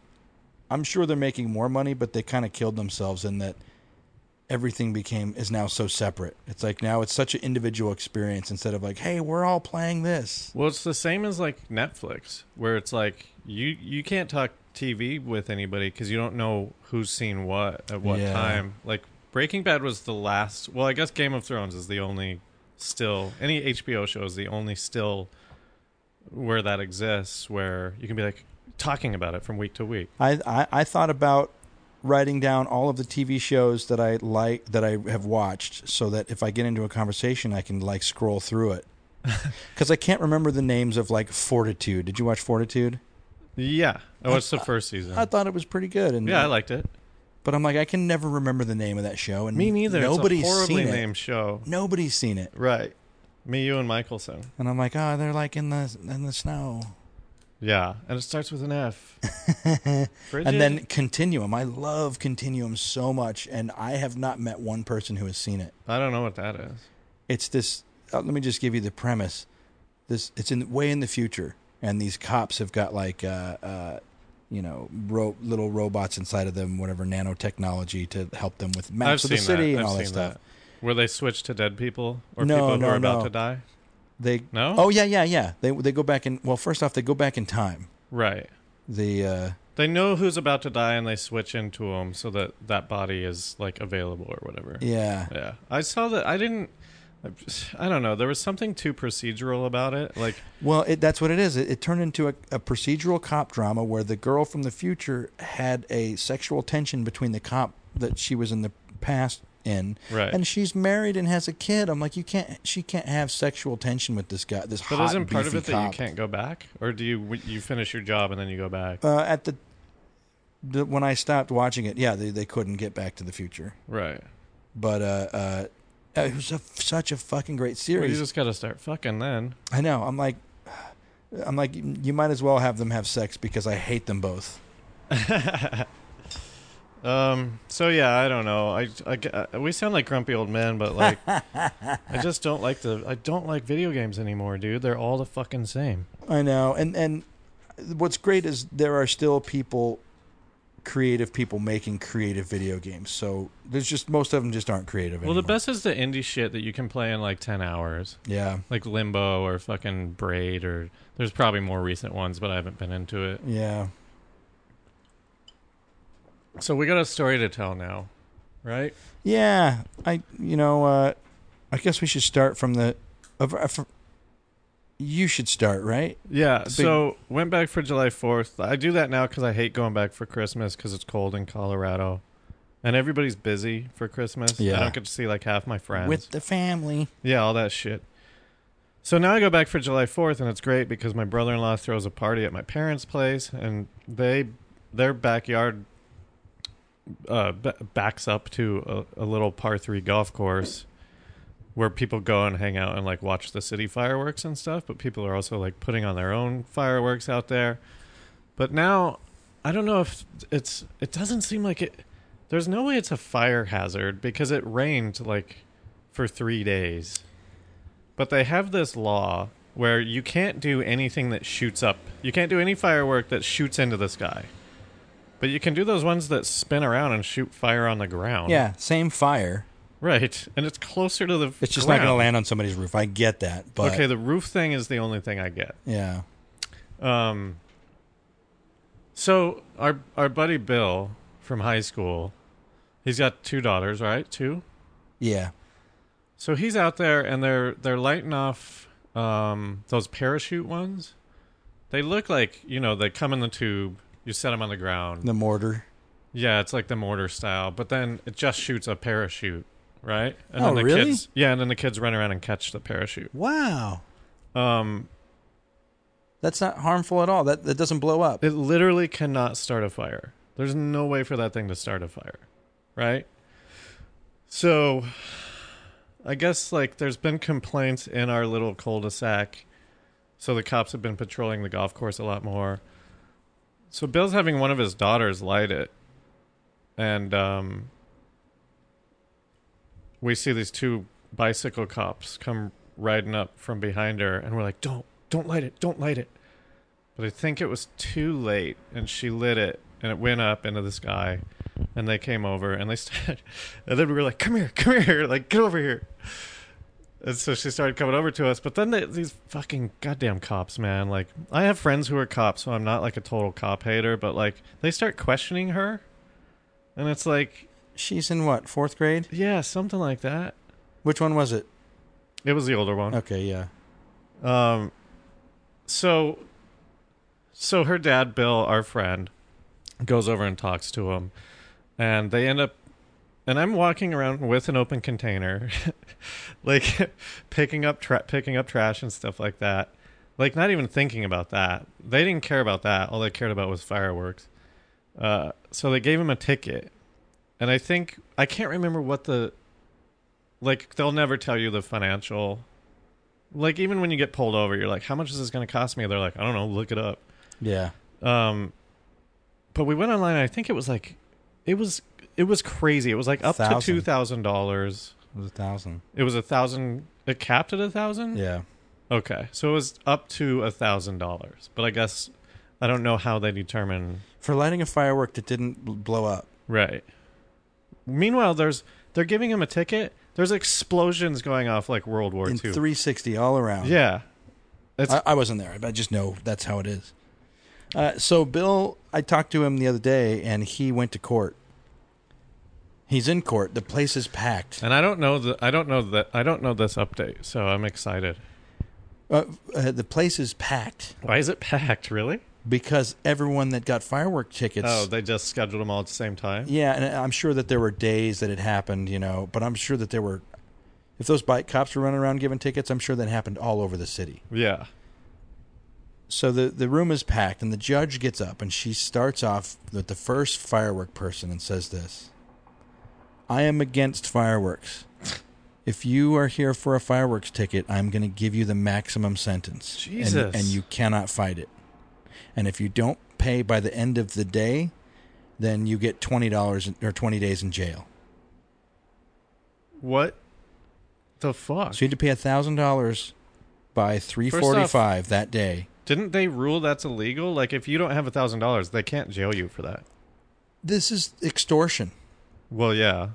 Speaker 2: I'm sure they're making more money, but they kind of killed themselves in that everything became is now so separate. It's like now it's such an individual experience instead of like, hey, we're all playing this.
Speaker 1: Well, it's the same as like Netflix, where it's like you you can't talk TV with anybody because you don't know who's seen what at what
Speaker 2: Yeah.
Speaker 1: time. Like Breaking Bad was the last. Well, I guess Game of Thrones is the only still any HBO show is the only still where that exists where you can be like talking about it from week to week.
Speaker 2: I I, I thought about writing down all of the TV shows that I like that I have watched so that if I get into a conversation, I can like scroll through it. Because I can't remember the names of like Fortitude. Did you watch Fortitude?
Speaker 1: Yeah, I watched the first season.
Speaker 2: I thought it was pretty good. And
Speaker 1: yeah, I liked it.
Speaker 2: But I'm like, I can never remember the name of that show, and
Speaker 1: Me neither.
Speaker 2: Nobody's
Speaker 1: it's a horribly
Speaker 2: seen it.
Speaker 1: named show.
Speaker 2: Nobody's seen it,
Speaker 1: Right. Me, you, and Michelson.
Speaker 2: and I'm like, oh, they're like in the in the snow,
Speaker 1: Yeah, and it starts with an F. Bridget?
Speaker 2: and then Continuum. I love Continuum so much, and I have not met one person who has seen it.
Speaker 1: I don't know what that is.
Speaker 2: It's this. Uh, let me just give you the premise. This it's in way in the future, and these cops have got like. Uh, uh, you know, ro- little robots inside of them, whatever nanotechnology to help them with maps
Speaker 1: I've
Speaker 2: of
Speaker 1: seen
Speaker 2: the city
Speaker 1: that.
Speaker 2: and
Speaker 1: I've
Speaker 2: all
Speaker 1: seen
Speaker 2: that stuff.
Speaker 1: that. Where they switch to dead people or
Speaker 2: No,
Speaker 1: people who
Speaker 2: no,
Speaker 1: are about
Speaker 2: no.
Speaker 1: to die?
Speaker 2: They
Speaker 1: No?
Speaker 2: Oh yeah, yeah, yeah. They they go back in. Well, first off, they go back in time.
Speaker 1: Right.
Speaker 2: The uh,
Speaker 1: They know who's about to die and they switch into them so that that body is like available or whatever.
Speaker 2: yeah,
Speaker 1: Yeah. I saw that. I didn't. I just- I don't know. There was something too procedural about it. Like,
Speaker 2: well, it, that's what it is. It, it turned into a, a procedural cop drama where the girl from the future had a sexual tension between the cop that she was in the past in,
Speaker 1: Right.
Speaker 2: and she's married and has a kid. I'm like, you can't. She can't have sexual tension with this guy. This
Speaker 1: but
Speaker 2: hot,
Speaker 1: isn't part of
Speaker 2: beefy
Speaker 1: it that you
Speaker 2: cop.
Speaker 1: can't go back, or do you you finish your job and then you go back?
Speaker 2: Uh, at the, the when I stopped watching it, yeah, they they couldn't get back to the future,
Speaker 1: Right.
Speaker 2: but uh. uh it was a, such a fucking great
Speaker 1: Well, you
Speaker 2: series.
Speaker 1: just got to start fucking then.
Speaker 2: I know. I'm like, I'm like, you might as well have them have sex because I hate them both.
Speaker 1: Um. So yeah, I don't know. I, I g- uh, we sound like grumpy old men, but like, I just don't like the. I don't like video games anymore, dude. They're all the fucking same.
Speaker 2: I know. And and what's great is there are still people, creative people making creative video games. So there's just most of them just aren't creative.
Speaker 1: Well, the
Speaker 2: anymore.
Speaker 1: best is the indie shit that you can play in like ten hours,
Speaker 2: Yeah,
Speaker 1: like Limbo or fucking Braid, or there's probably more recent ones, but I haven't been into it.
Speaker 2: yeah.
Speaker 1: So we got a story to tell now, right?
Speaker 2: Yeah, I you know, uh, I guess we should start from the. Of, uh, fr- you should start right.
Speaker 1: Yeah.
Speaker 2: Big-
Speaker 1: So went back for July Fourth. I do that now because I hate going back for Christmas because it's cold in Colorado, and everybody's busy for Christmas.
Speaker 2: Yeah.
Speaker 1: I don't get to see like half my friends. Uh-huh.
Speaker 2: With the family.
Speaker 1: Yeah, all that shit. So now I go back for July 4th and it's great because my brother-in-law throws a party at my parents' place and they their backyard uh, b- backs up to a, a little par three golf course where people go and hang out and like watch the city fireworks and stuff, but people are also like putting on their own fireworks out there. But now, I don't know if it's. It doesn't seem like it. There's no way it's a fire hazard because it rained like for three days. But they have this law where you can't do anything that shoots up. You can't do any firework that shoots into the sky. But you can do those ones that spin around and shoot fire on the ground.
Speaker 2: Yeah, same fire.
Speaker 1: Right. And it's closer to the
Speaker 2: It's just not going to land on somebody's roof. I get that, but
Speaker 1: Okay, the roof thing is the only thing I get.
Speaker 2: yeah,
Speaker 1: Um, so our our buddy Bill from high school, he's got two daughters, right? Two.
Speaker 2: yeah,
Speaker 1: So he's out there and they're they're lighting off um, those parachute ones. They look like you know they come in the tube. You set them on the ground.
Speaker 2: the mortar.
Speaker 1: Yeah, it's like the mortar style, but then it just shoots a parachute, right? And
Speaker 2: Oh,
Speaker 1: then the
Speaker 2: really?
Speaker 1: kids Yeah, and then the kids run around and catch the parachute.
Speaker 2: Wow,
Speaker 1: Um,
Speaker 2: that's not harmful at all. That that doesn't blow up.
Speaker 1: It literally cannot start a fire. There's no way for that thing to start a fire, right? So, I guess like there's been complaints in our little cul-de-sac, so the cops have been patrolling the golf course a lot more. So Bill's having one of his daughters light it, and um, we see these two bicycle cops come riding up from behind her, and we're like, "Don't, don't light it, don't light it." but I think it was too late, and she lit it, and it went up into the sky, and they came over, and they started, and then we were like, "Come here, come here, like get over here." And so she started coming over to us, but then they, these fucking goddamn cops, man! Like I have friends who are cops, so I'm not like a total cop hater, but like they start questioning her, and it's like,
Speaker 2: She's in what fourth grade?
Speaker 1: yeah, something like that.
Speaker 2: Which one was it?
Speaker 1: It was the older one.
Speaker 2: Okay, yeah,
Speaker 1: Um, so, so her dad, Bill, our friend, goes over and talks to him, and they end up. And I'm walking around with an open container, like picking up tra- picking up trash and stuff like that. Like not even thinking about that. They didn't care about that. All they cared about was fireworks. Uh, so they gave him a ticket, and I think I can't remember what the like. They'll never tell you the financial like even when you get pulled over you're like how much is this going to cost me they're like i don't know look it up
Speaker 2: yeah.
Speaker 1: um but we went online and i think it was like it was it was crazy it was like up to
Speaker 2: Thousand.
Speaker 1: two thousand dollars
Speaker 2: It was a thousand.
Speaker 1: it was a thousand it capped at a thousand
Speaker 2: Yeah,
Speaker 1: okay so it was up to a thousand dollars but i guess i don't know how they determine
Speaker 2: for lighting a firework that didn't bl- blow up.
Speaker 1: right meanwhile there's they're giving him a ticket there's explosions going off like world war
Speaker 2: in
Speaker 1: Two.
Speaker 2: 360 all around.
Speaker 1: yeah it's
Speaker 2: I, I wasn't there. I just know that's how it is. Uh, so Bill, I talked to him the other day, and he went to court. He's in court. The place is packed.
Speaker 1: And I don't know the I don't know that I don't know this update, so I'm excited.
Speaker 2: Uh, uh, the place is packed
Speaker 1: Why is it packed? Really?
Speaker 2: because everyone that got firework tickets.
Speaker 1: oh, they just scheduled them all at the same time.
Speaker 2: yeah, and uh, I'm sure that there were days that it happened, you know. But I'm sure that there were, if those bike cops were running around giving tickets, I'm sure that happened all over the city.
Speaker 1: Yeah.
Speaker 2: So the, the room is packed, and the judge gets up and she starts off with the first firework person and says this I am against fireworks. If you are here for a fireworks ticket, I'm going to give you the maximum sentence. and-
Speaker 1: Jesus.
Speaker 2: And, you cannot fight it. And if you don't pay by the end of the day, then you get $20 in- or 20 days in jail.
Speaker 1: What the fuck?
Speaker 2: So you had to pay $1,000 by 345 that day.
Speaker 1: Didn't they rule that's illegal? Like if you don't have a thousand dollars, they can't jail you for that.
Speaker 2: This is extortion.
Speaker 1: Well, yeah.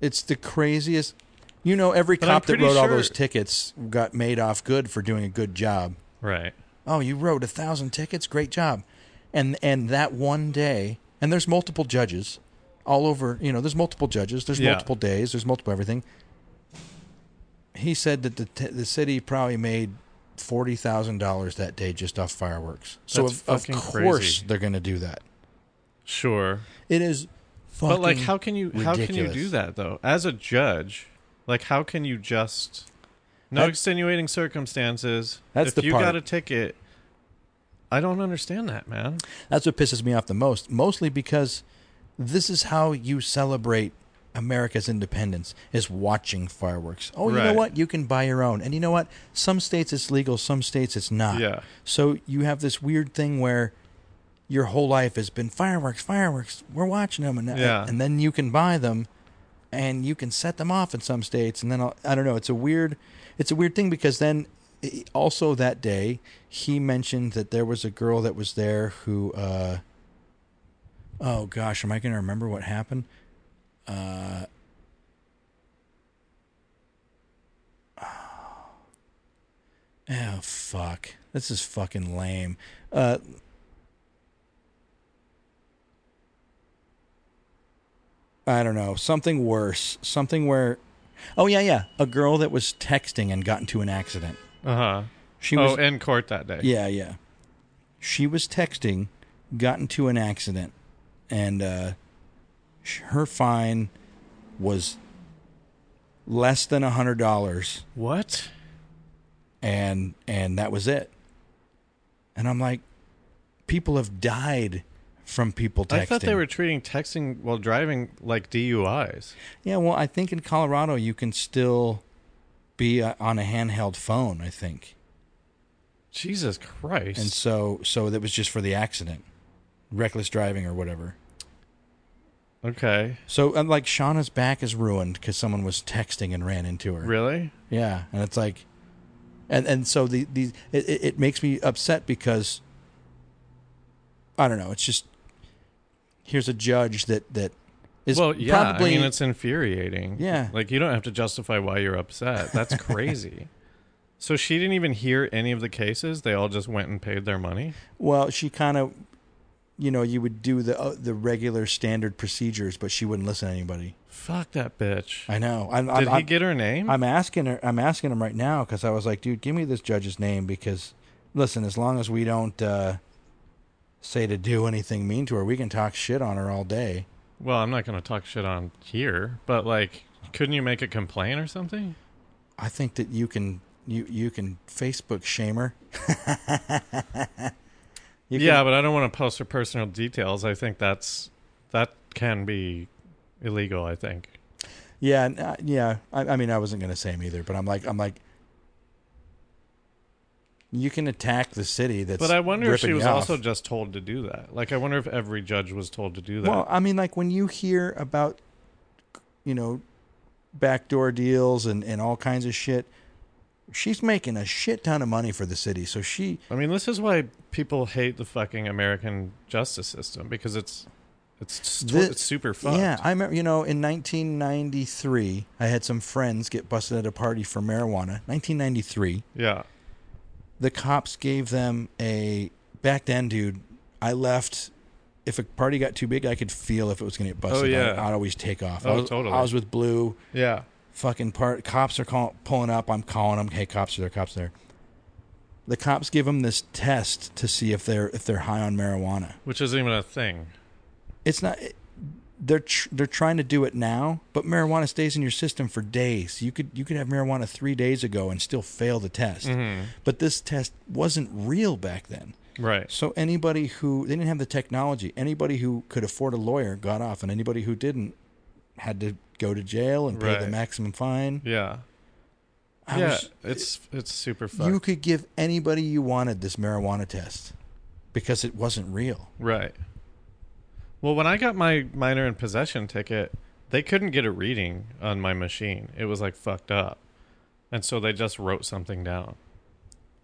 Speaker 2: It's the craziest. You know, every
Speaker 1: But I'm
Speaker 2: cop that
Speaker 1: pretty
Speaker 2: wrote all
Speaker 1: sure-
Speaker 2: those tickets got made off good for doing a good job.
Speaker 1: Right.
Speaker 2: Oh, you wrote a thousand tickets, great job. And and that one day, and there's multiple judges all over. You know, there's multiple judges. There's
Speaker 1: Yeah.
Speaker 2: multiple days. There's multiple everything. He said that the t- the city probably made forty thousand dollars that day just off fireworks. So
Speaker 1: That's
Speaker 2: of, of
Speaker 1: fucking
Speaker 2: course
Speaker 1: crazy.
Speaker 2: they're going to do that.
Speaker 1: Sure.
Speaker 2: It is fucking.
Speaker 1: But like how can you how can you
Speaker 2: ridiculous.
Speaker 1: do that though? As a judge, like how can you just no
Speaker 2: That-
Speaker 1: extenuating circumstances.
Speaker 2: That's
Speaker 1: if
Speaker 2: the
Speaker 1: you
Speaker 2: part.
Speaker 1: got a ticket, I don't understand that, man.
Speaker 2: That's what pisses me off the most, mostly because this is how you celebrate America's independence is watching fireworks. Oh, you know
Speaker 1: Right.
Speaker 2: what? You can buy your own. And you know what? Some states it's legal, some states it's not.
Speaker 1: Yeah.
Speaker 2: So you have this weird thing where your whole life has been fireworks, fireworks. We're watching them, and
Speaker 1: Yeah.
Speaker 2: and then you can buy them, and you can set them off in some states. And then I'll, I don't know. It's a weird, it's a weird thing because then eh, also that day he mentioned that there was a girl that was there who, uh, oh gosh, am I going to remember what happened? Uh, Oh fuck. This is fucking lame. Uh I don't know. Something worse. Something where Oh yeah, yeah. A girl that was texting and got into an accident.
Speaker 1: Uh huh.
Speaker 2: She was
Speaker 1: Oh, in court that day.
Speaker 2: Yeah, yeah. She was texting, got into an accident, and uh sh- her fine was less than a hundred dollars
Speaker 1: What?
Speaker 2: and and that was it. And I'm like, people have died from people texting.
Speaker 1: I thought they were treating texting while driving like DUIs.
Speaker 2: Yeah, well, I think in Colorado you can still be uh, on a handheld phone. I think,
Speaker 1: Jesus Christ.
Speaker 2: and so so that was just for the accident, reckless driving or whatever.
Speaker 1: okay.
Speaker 2: So and like Shauna's back is ruined because someone was texting and ran into her.
Speaker 1: Really?
Speaker 2: Yeah, and it's like, and and so the these it, it it makes me upset because I don't know. It's just here's a judge that that is
Speaker 1: Well, yeah.
Speaker 2: probably
Speaker 1: I mean, it's infuriating.
Speaker 2: Yeah.
Speaker 1: Like you don't have to justify why you're upset. That's crazy. so she didn't even hear any of the cases. They all just went and paid their money.
Speaker 2: well she kind of you know you would do the uh, the regular standard procedures, but she wouldn't listen to anybody.
Speaker 1: Fuck that bitch.
Speaker 2: I know. I'm,
Speaker 1: Did
Speaker 2: I'm,
Speaker 1: he
Speaker 2: I'm,
Speaker 1: get her name?
Speaker 2: I'm asking her. I'm asking him right now because I was like, dude, give me this judge's name because listen, as long as we don't uh, say to do anything mean to her, we can talk shit on her all day.
Speaker 1: well, I'm not going to talk shit on here, but like, couldn't you make a complaint or something?
Speaker 2: I think that you can you you can Facebook shame her. You can-
Speaker 1: yeah, but I don't want to post her personal details. I think that's that can be illegal. I think.
Speaker 2: yeah, n- uh, yeah. I, I mean, I wasn't gonna say him either, but I'm like, I'm like, you can attack the city. That's
Speaker 1: But I wonder if
Speaker 2: ripping
Speaker 1: she
Speaker 2: you
Speaker 1: was
Speaker 2: off.
Speaker 1: also just told to do that. Like, I wonder if every judge was told to do that.
Speaker 2: Well, I mean, like when you hear about, you know, backdoor deals and and all kinds of shit, she's making a shit ton of money for the city. So she,
Speaker 1: I mean, this is why people hate the fucking American justice system because it's it's st-
Speaker 2: The-
Speaker 1: it's super fucked.
Speaker 2: yeah, I remember. You know, in 1993, I had some friends get busted at a party for marijuana. 1993,
Speaker 1: yeah,
Speaker 2: the cops gave them a back then, dude. I left. If a party got too big, I could feel if it was going to get busted.
Speaker 1: Oh, yeah.
Speaker 2: I, would always take off. I
Speaker 1: Oh,
Speaker 2: was,
Speaker 1: totally.
Speaker 2: I was with Blue.
Speaker 1: yeah.
Speaker 2: fucking part cops are call, pulling up i'm calling them hey cops are there cops are there the cops give them this test to see if they're if they're high on marijuana
Speaker 1: Which isn't even a thing.
Speaker 2: it's not it, they're tr- they're trying to do it now but marijuana stays in your system for days you could you could have marijuana 3 days ago and still fail the test
Speaker 1: Mm-hmm.
Speaker 2: but this test wasn't real back then
Speaker 1: Right.
Speaker 2: so anybody who they didn't have the technology anybody who could afford a lawyer got off and anybody who didn't had to go to jail and pay the
Speaker 1: Right.
Speaker 2: maximum fine
Speaker 1: Yeah.
Speaker 2: I
Speaker 1: yeah.
Speaker 2: was-
Speaker 1: it's it's super fucked.
Speaker 2: you could give anybody you wanted this marijuana test because it wasn't real.
Speaker 1: right. Well, when I got my minor in possession ticket, they couldn't get a reading on my machine. It was like fucked up, and so they just wrote something down.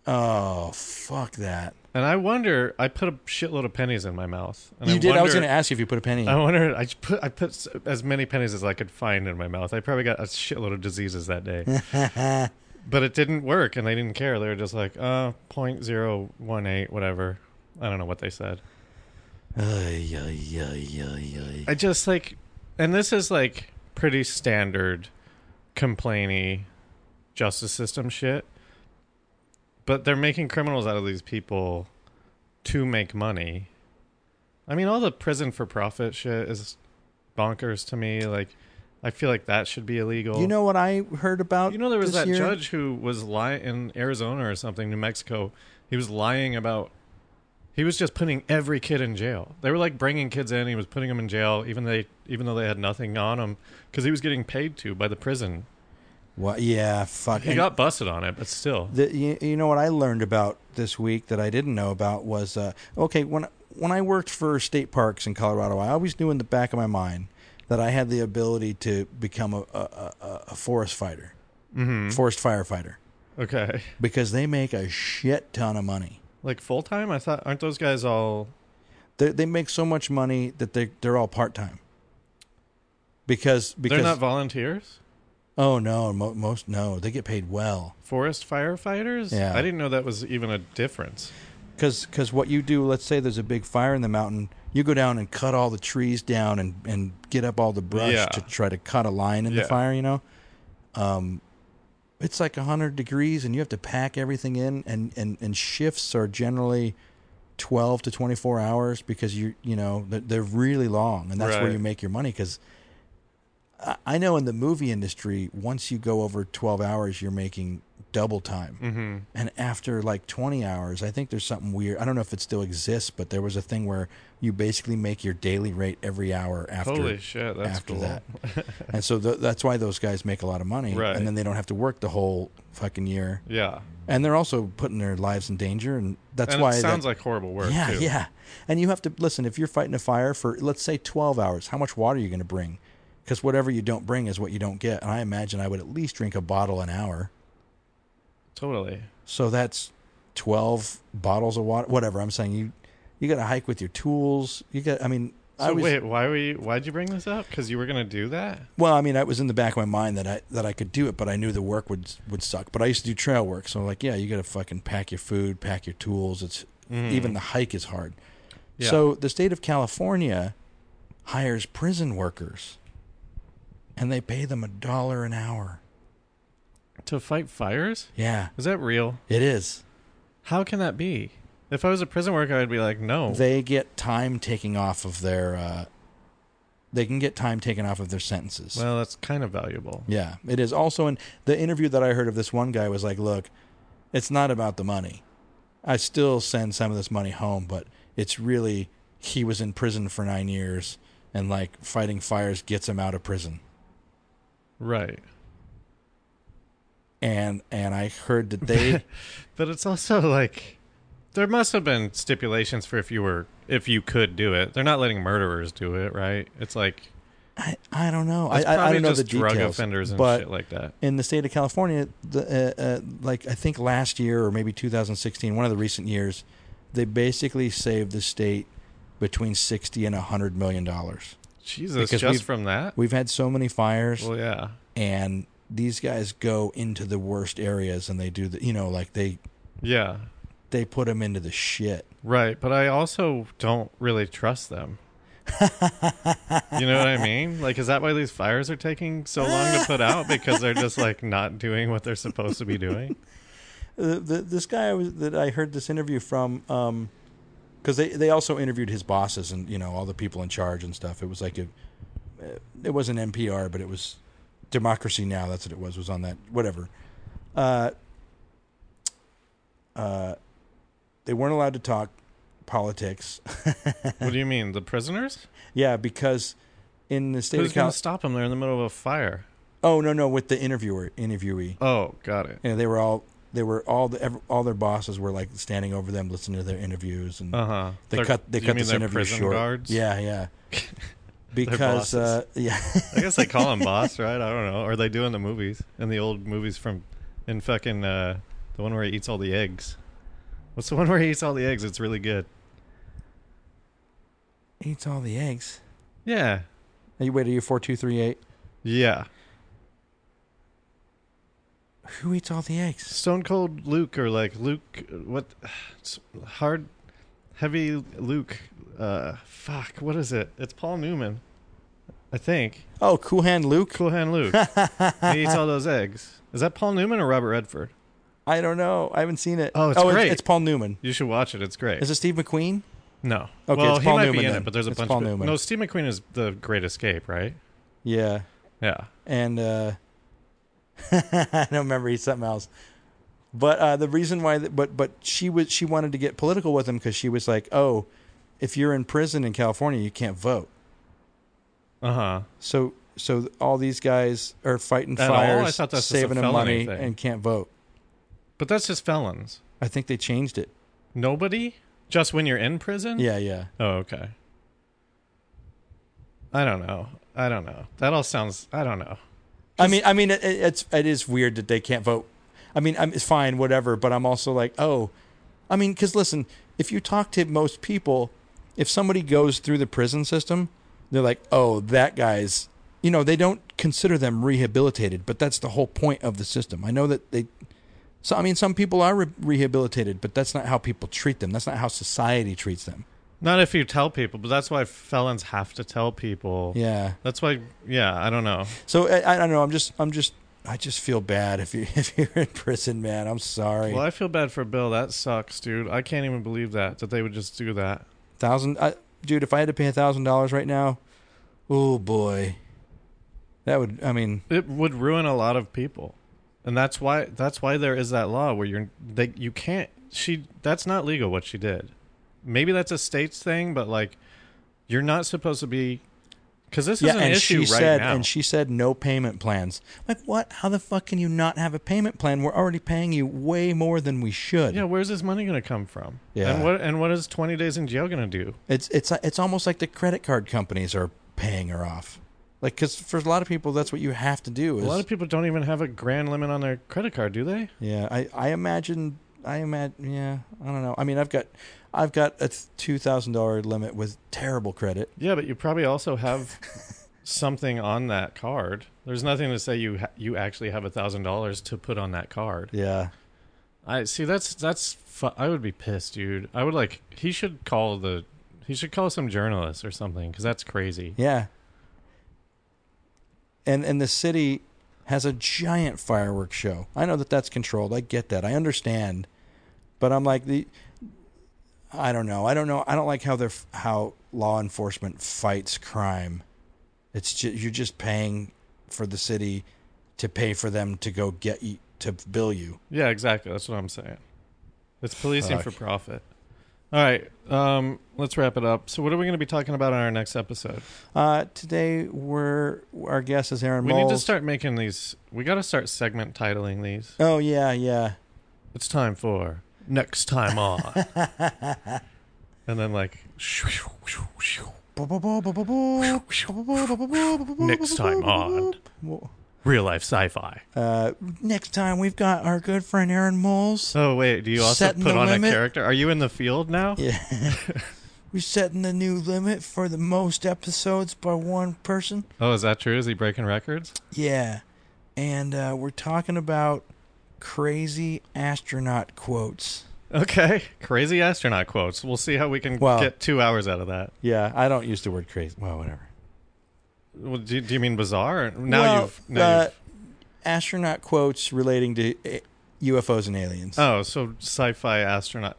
Speaker 2: Oh fuck that!
Speaker 1: And I wonder. I put a shitload of pennies in my mouth. And
Speaker 2: you
Speaker 1: I
Speaker 2: did. I was
Speaker 1: wonder-
Speaker 2: going to ask you if you put a penny.
Speaker 1: I wonder. I just put I put s- as many pennies as I could find in my mouth. I probably got a shitload of diseases that day,
Speaker 2: in.
Speaker 1: but it didn't work, and they didn't care. They were just like, uh, point zero one eight, whatever. I don't know what they said.
Speaker 2: Ay, ay, ay, ay, ay.
Speaker 1: I just like, and this is like pretty standard, complainy, justice system shit. But they're making criminals out of these people to make money. I mean, all the prison for profit shit is bonkers to me. Like, I feel like that should be illegal.
Speaker 2: You know what I heard about?
Speaker 1: You know, there was
Speaker 2: this
Speaker 1: that
Speaker 2: year?
Speaker 1: judge who was lying in Arizona or something, New Mexico. He was lying about He was just putting every kid in jail. They were like bringing kids in. He was putting them in jail, even they even though they had nothing on them, because he was getting paid to by the prison.
Speaker 2: What? Yeah, fuck.
Speaker 1: He
Speaker 2: And
Speaker 1: got busted on it, but still.
Speaker 2: the, you, you know what I learned about this week that I didn't know about was uh, okay when when I worked for state parks in Colorado, I always knew in the back of my mind that I had the ability to become a a, a, a forest fighter, mm-hmm. forest firefighter,
Speaker 1: Okay,
Speaker 2: because they make a shit ton of money.
Speaker 1: like full time. I thought aren't those guys all?
Speaker 2: They they make so much money that they they're all part time. Because because
Speaker 1: They're not volunteers.
Speaker 2: oh no mo- most no they get paid well.
Speaker 1: Forest firefighters.
Speaker 2: Yeah.
Speaker 1: I didn't know that was even a difference.
Speaker 2: because because what you do let's say there's a big fire in the mountain you go down and cut all the trees down and and get up all the brush
Speaker 1: Yeah.
Speaker 2: to try to cut a line in
Speaker 1: Yeah.
Speaker 2: the fire you know um it's like 100 degrees and you have to pack everything in and and and shifts are generally 12 to 24 hours because you you know they're, they're really long and that's where
Speaker 1: Right.
Speaker 2: you make your money because I, I know in the movie industry once you go over 12 hours you're making double time
Speaker 1: Mm-hmm.
Speaker 2: and after like 20 hours i think there's something weird i don't know if it still exists but there was a thing where you basically make your daily rate every hour after
Speaker 1: Holy shit, that's
Speaker 2: after
Speaker 1: cool.
Speaker 2: that and so th- that's why those guys make a lot of money
Speaker 1: Right.
Speaker 2: and then they don't have to work the whole fucking year
Speaker 1: Yeah,
Speaker 2: and they're also putting their lives in danger and that's
Speaker 1: and
Speaker 2: why
Speaker 1: it sounds like horrible work.
Speaker 2: yeah
Speaker 1: too.
Speaker 2: yeah and you have to listen if you're fighting a fire for let's say 12 hours how much water are you going to bring because whatever you don't bring is what you don't get and i imagine i would at least drink a bottle an hour
Speaker 1: totally.
Speaker 2: so that's 12 bottles of water, whatever. I'm saying you you got to hike with your tools. You got I mean, I
Speaker 1: So
Speaker 2: was
Speaker 1: wait, why were you, why'd you bring this up? Because you were gonna do that?
Speaker 2: well, I mean, I was in the back of my mind that I that I could do it, but I knew the work would would suck. But I used to do trail work, so like, yeah, you got to fucking pack your food, pack your tools. It's even the hike is hard.
Speaker 1: Mm. Yeah.
Speaker 2: So the state of California hires prison workers and they pay them a dollar an hour.
Speaker 1: To fight fires?
Speaker 2: Yeah,
Speaker 1: Is that real?
Speaker 2: it is.
Speaker 1: How can that be? If I was a prison worker, I'd be like, no.
Speaker 2: they get time taking off of their uh, they can get time taken off of their sentences
Speaker 1: well, that's kind of valuable.
Speaker 2: yeah it is also in the interview that i heard of this one guy was like look it's not about the money i still send some of this money home but it's really he was in prison for nine years and like fighting fires gets him out of prison
Speaker 1: Right.
Speaker 2: and and i heard that they
Speaker 1: But it's also like there must have been stipulations for if you were if you could do it. They're not letting murderers do it, right? It's like
Speaker 2: I, I don't know I,
Speaker 1: it's
Speaker 2: I, I
Speaker 1: probably
Speaker 2: don't know
Speaker 1: just
Speaker 2: the details
Speaker 1: drug offenders and
Speaker 2: but
Speaker 1: shit like that.
Speaker 2: in the state of California, the, uh, uh, like I think last year or maybe 2016, one of the recent years, they basically saved the state between 60 and 100 million dollars.
Speaker 1: Jesus,
Speaker 2: because
Speaker 1: just
Speaker 2: we've-
Speaker 1: from that?
Speaker 2: We've had so many fires,
Speaker 1: Well, yeah.
Speaker 2: and these guys go into the worst areas and they do the, you know, like they
Speaker 1: Yeah.
Speaker 2: they put them into the shit.
Speaker 1: Right, but I also don't really trust them. you know what I mean? Like, is that why these fires are taking so long to put out? Because they're just like not doing what they're supposed to be doing.
Speaker 2: the, Uh, the, this guy I was, that I heard this interview from, because they, they also interviewed his bosses and you know all the people in charge and stuff. It was like a, uh, it wasn't NPR, but it was Democracy Now. That's what it was. Was on that whatever. Uh, uh, they weren't allowed to talk politics.
Speaker 1: What do you mean, the prisoners?
Speaker 2: yeah, because in the state
Speaker 1: Who's
Speaker 2: of
Speaker 1: going
Speaker 2: Cal-
Speaker 1: to stop them? They're in the middle of a fire.
Speaker 2: oh no no with the interviewer interviewee.
Speaker 1: Oh, got it.
Speaker 2: You know, they were all they were all the ev- all their bosses were like standing over them, listening to their interviews and.
Speaker 1: Uh huh.
Speaker 2: They cut. They cut this
Speaker 1: they're
Speaker 2: interview
Speaker 1: prison
Speaker 2: short.
Speaker 1: Guards?
Speaker 2: Yeah, yeah. Because
Speaker 1: bosses.
Speaker 2: uh, yeah,
Speaker 1: I guess they call them boss, right? I don't know. Or they do in the movies, in the old movies from, in fucking uh, the one where he eats all the eggs. What's the one where he eats all the eggs? It's really good.
Speaker 2: eats all the eggs.
Speaker 1: Yeah,
Speaker 2: Hey, wait, are you four two three eight?
Speaker 1: yeah.
Speaker 2: Who eats all the eggs?
Speaker 1: Stone Cold Luke or like Luke what it's hard heavy Luke uh fuck what is it it's Paul Newman I think
Speaker 2: Oh, Cool Hand Luke.
Speaker 1: Cool Hand Luke he eats all those eggs is that Paul Newman or Robert Redford
Speaker 2: I don't know. I haven't seen it.
Speaker 1: Oh, it's great.
Speaker 2: It's, Paul Newman.
Speaker 1: you should watch it it's great
Speaker 2: Is it Steve McQueen?
Speaker 1: no
Speaker 2: Okay,
Speaker 1: well he
Speaker 2: it's Paul
Speaker 1: might
Speaker 2: Newman
Speaker 1: be in
Speaker 2: then.
Speaker 1: it but there's a
Speaker 2: It's
Speaker 1: bunch
Speaker 2: Paul
Speaker 1: of
Speaker 2: Newman.
Speaker 1: no Steve McQueen is the Great Escape right
Speaker 2: Yeah,
Speaker 1: yeah
Speaker 2: and uh, I don't remember. He's something else. But uh, the reason why, th- but but she was she wanted to get political with him because she was like, oh, if you're in prison in California, you can't vote.
Speaker 1: Uh huh.
Speaker 2: So so all these guys are fighting
Speaker 1: At all? I
Speaker 2: fires,
Speaker 1: thought that's just a
Speaker 2: saving them money,
Speaker 1: felony thing.
Speaker 2: and can't vote.
Speaker 1: But that's just felons.
Speaker 2: I think they changed it.
Speaker 1: Nobody? Just when you're in prison?
Speaker 2: Yeah, yeah.
Speaker 1: Oh, okay. I don't know. I don't know. That all sounds. I don't know.
Speaker 2: I mean, I mean, it, it- it's it is weird that they can't vote. I mean, I'm, it's fine, whatever. But I'm also like, oh, I mean, because listen, if you talk to most people, if somebody goes through the prison system, they're like, oh, that guy's, you know, they don't consider them rehabilitated, but that's the whole point of the system. I know that they, so I mean, some people are re- rehabilitated, but that's not how people treat them. That's not how society treats them.
Speaker 1: Not if you tell people, but that's why felons have to tell people.
Speaker 2: Yeah.
Speaker 1: That's why. Yeah, I don't know.
Speaker 2: So I, I don't know. I'm just, I'm just, I just feel bad if you if you're in prison, man. I'm sorry.
Speaker 1: Well, I feel bad for Bill. That sucks, dude. I can't even believe that that they would just do that.
Speaker 2: thousand I, dude if i had to pay a thousand dollars right now oh boy that would i mean
Speaker 1: It would ruin a lot of people, and that's why that's why there is that law where you're they you can't. She that's not legal what she did. Maybe that's a states thing, but like you're not supposed to be because this is
Speaker 2: yeah
Speaker 1: an
Speaker 2: and she
Speaker 1: issue right
Speaker 2: said
Speaker 1: now.
Speaker 2: and she said no payment plans like what how the fuck can you not have a payment plan we're already paying you way more than we should
Speaker 1: Yeah, where's this money going to come from?
Speaker 2: Yeah.
Speaker 1: And what and what is 20 days in jail going to do?
Speaker 2: it's it's it's almost like the credit card companies are paying her off like because for a lot of people that's what you have to do is
Speaker 1: A lot of people don't even have a grand limit on their credit card, do they?
Speaker 2: Yeah, I, I imagine I imagine yeah, I don't know. I mean, I've got I've got a $2,000 limit with terrible credit.
Speaker 1: Yeah, but you probably also have something on that card. There's nothing to say you ha- you actually have $1,000 to put on that card.
Speaker 2: Yeah.
Speaker 1: I see that's that's fu- I would be pissed, dude. I would like he should call the he should call some journalists or something cuz that's crazy.
Speaker 2: Yeah. And and the city has a giant fireworks show. I know that that's controlled. I get that. I understand. But I'm like the I don't know. I don't know. I don't like how they're f- how law enforcement fights crime. It's just you're just paying for the city to pay for them to go get you to bill you.
Speaker 1: Yeah, exactly. That's what I'm saying. It's policing
Speaker 2: Fuck.
Speaker 1: for profit. All right, um, let's wrap it up. So, what are we going to be talking about on our next episode?
Speaker 2: Uh, today we're our guest is Aaron
Speaker 1: We
Speaker 2: Moles.
Speaker 1: need to start making these. We got to start segment titling these.
Speaker 2: Oh yeah, yeah.
Speaker 1: It's time for next time on, and then like
Speaker 2: Next
Speaker 1: Next time on. real life sci-fi.
Speaker 2: Uh, next time we've got our good friend Aaron Moles.
Speaker 1: So wait, do you also
Speaker 2: Setting
Speaker 1: put
Speaker 2: the
Speaker 1: on
Speaker 2: limit.
Speaker 1: a character? Are you in the field now?
Speaker 2: Yeah. We're setting the new limit for the most episodes by one person.
Speaker 1: Oh, is that true? Is he breaking records?
Speaker 2: Yeah. And uh, we're talking about crazy astronaut quotes.
Speaker 1: Okay, crazy astronaut quotes. We'll see how we can
Speaker 2: Wow.
Speaker 1: get two hours out of that.
Speaker 2: Yeah, I don't use the word crazy. Well, whatever.
Speaker 1: Well, do, do you mean bizarre? Or- Now
Speaker 2: Well,
Speaker 1: you've now
Speaker 2: uh, astronaut quotes relating to uh, UFOs and aliens.
Speaker 1: you've oh, so sci-fi astronaut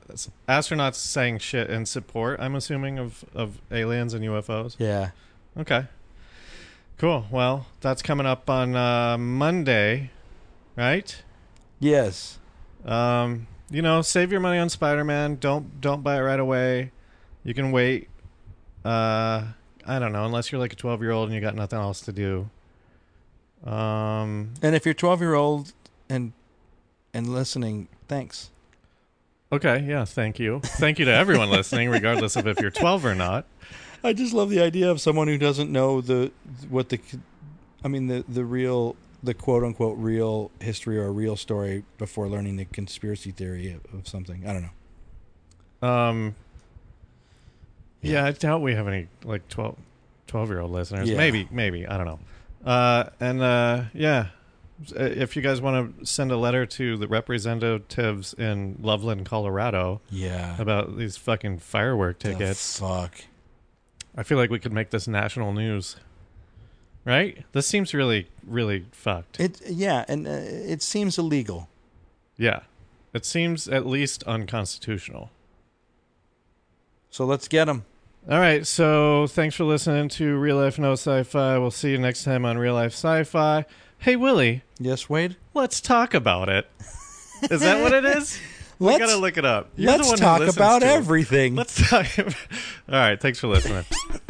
Speaker 1: astronauts saying shit in support. I'm assuming of of aliens and UFOs.
Speaker 2: yeah.
Speaker 1: Okay, cool. Well, that's coming up on uh, Monday, right?
Speaker 2: Yes.
Speaker 1: Um, you know, save your money on Spider-Man. Don't don't buy it right away. You can wait. Uh, I don't know, unless you're like a 12 year old and you got nothing else to do. Um,
Speaker 2: And if you're 12 year old and and listening, thanks.
Speaker 1: okay, yeah, thank you, thank you to everyone listening, regardless of if you're 12 or not.
Speaker 2: I just love the idea of someone who doesn't know the what the I mean the the real the quote unquote real history or real story before learning the conspiracy theory of, of something. I don't know.
Speaker 1: Um,
Speaker 2: Yeah.
Speaker 1: yeah. I doubt we have any like 12, 12 year old listeners.
Speaker 2: Yeah.
Speaker 1: Maybe, maybe. I don't know. Uh, and uh, yeah, Uh, if you guys want to send a letter to the representatives in Loveland, Colorado
Speaker 2: Yeah.
Speaker 1: about these fucking firework
Speaker 2: The
Speaker 1: tickets,
Speaker 2: fuck.
Speaker 1: I feel like we could make this national news. Right? This seems really, really fucked.
Speaker 2: It yeah, and uh, it seems illegal.
Speaker 1: yeah. It seems at least unconstitutional.
Speaker 2: So let's get them.
Speaker 1: All right, so thanks for listening to Real Life No Sci-Fi. We'll see you next time on Real Life Sci-Fi. Hey Willie,
Speaker 2: Yes, Wade.
Speaker 1: let's talk about it. Is that what it is?
Speaker 2: Let's,
Speaker 1: we gotta look it up. You're the
Speaker 2: let's
Speaker 1: one who
Speaker 2: talk
Speaker 1: listens
Speaker 2: about
Speaker 1: to it.
Speaker 2: everything.
Speaker 1: Let's talk. All right. Thanks for listening.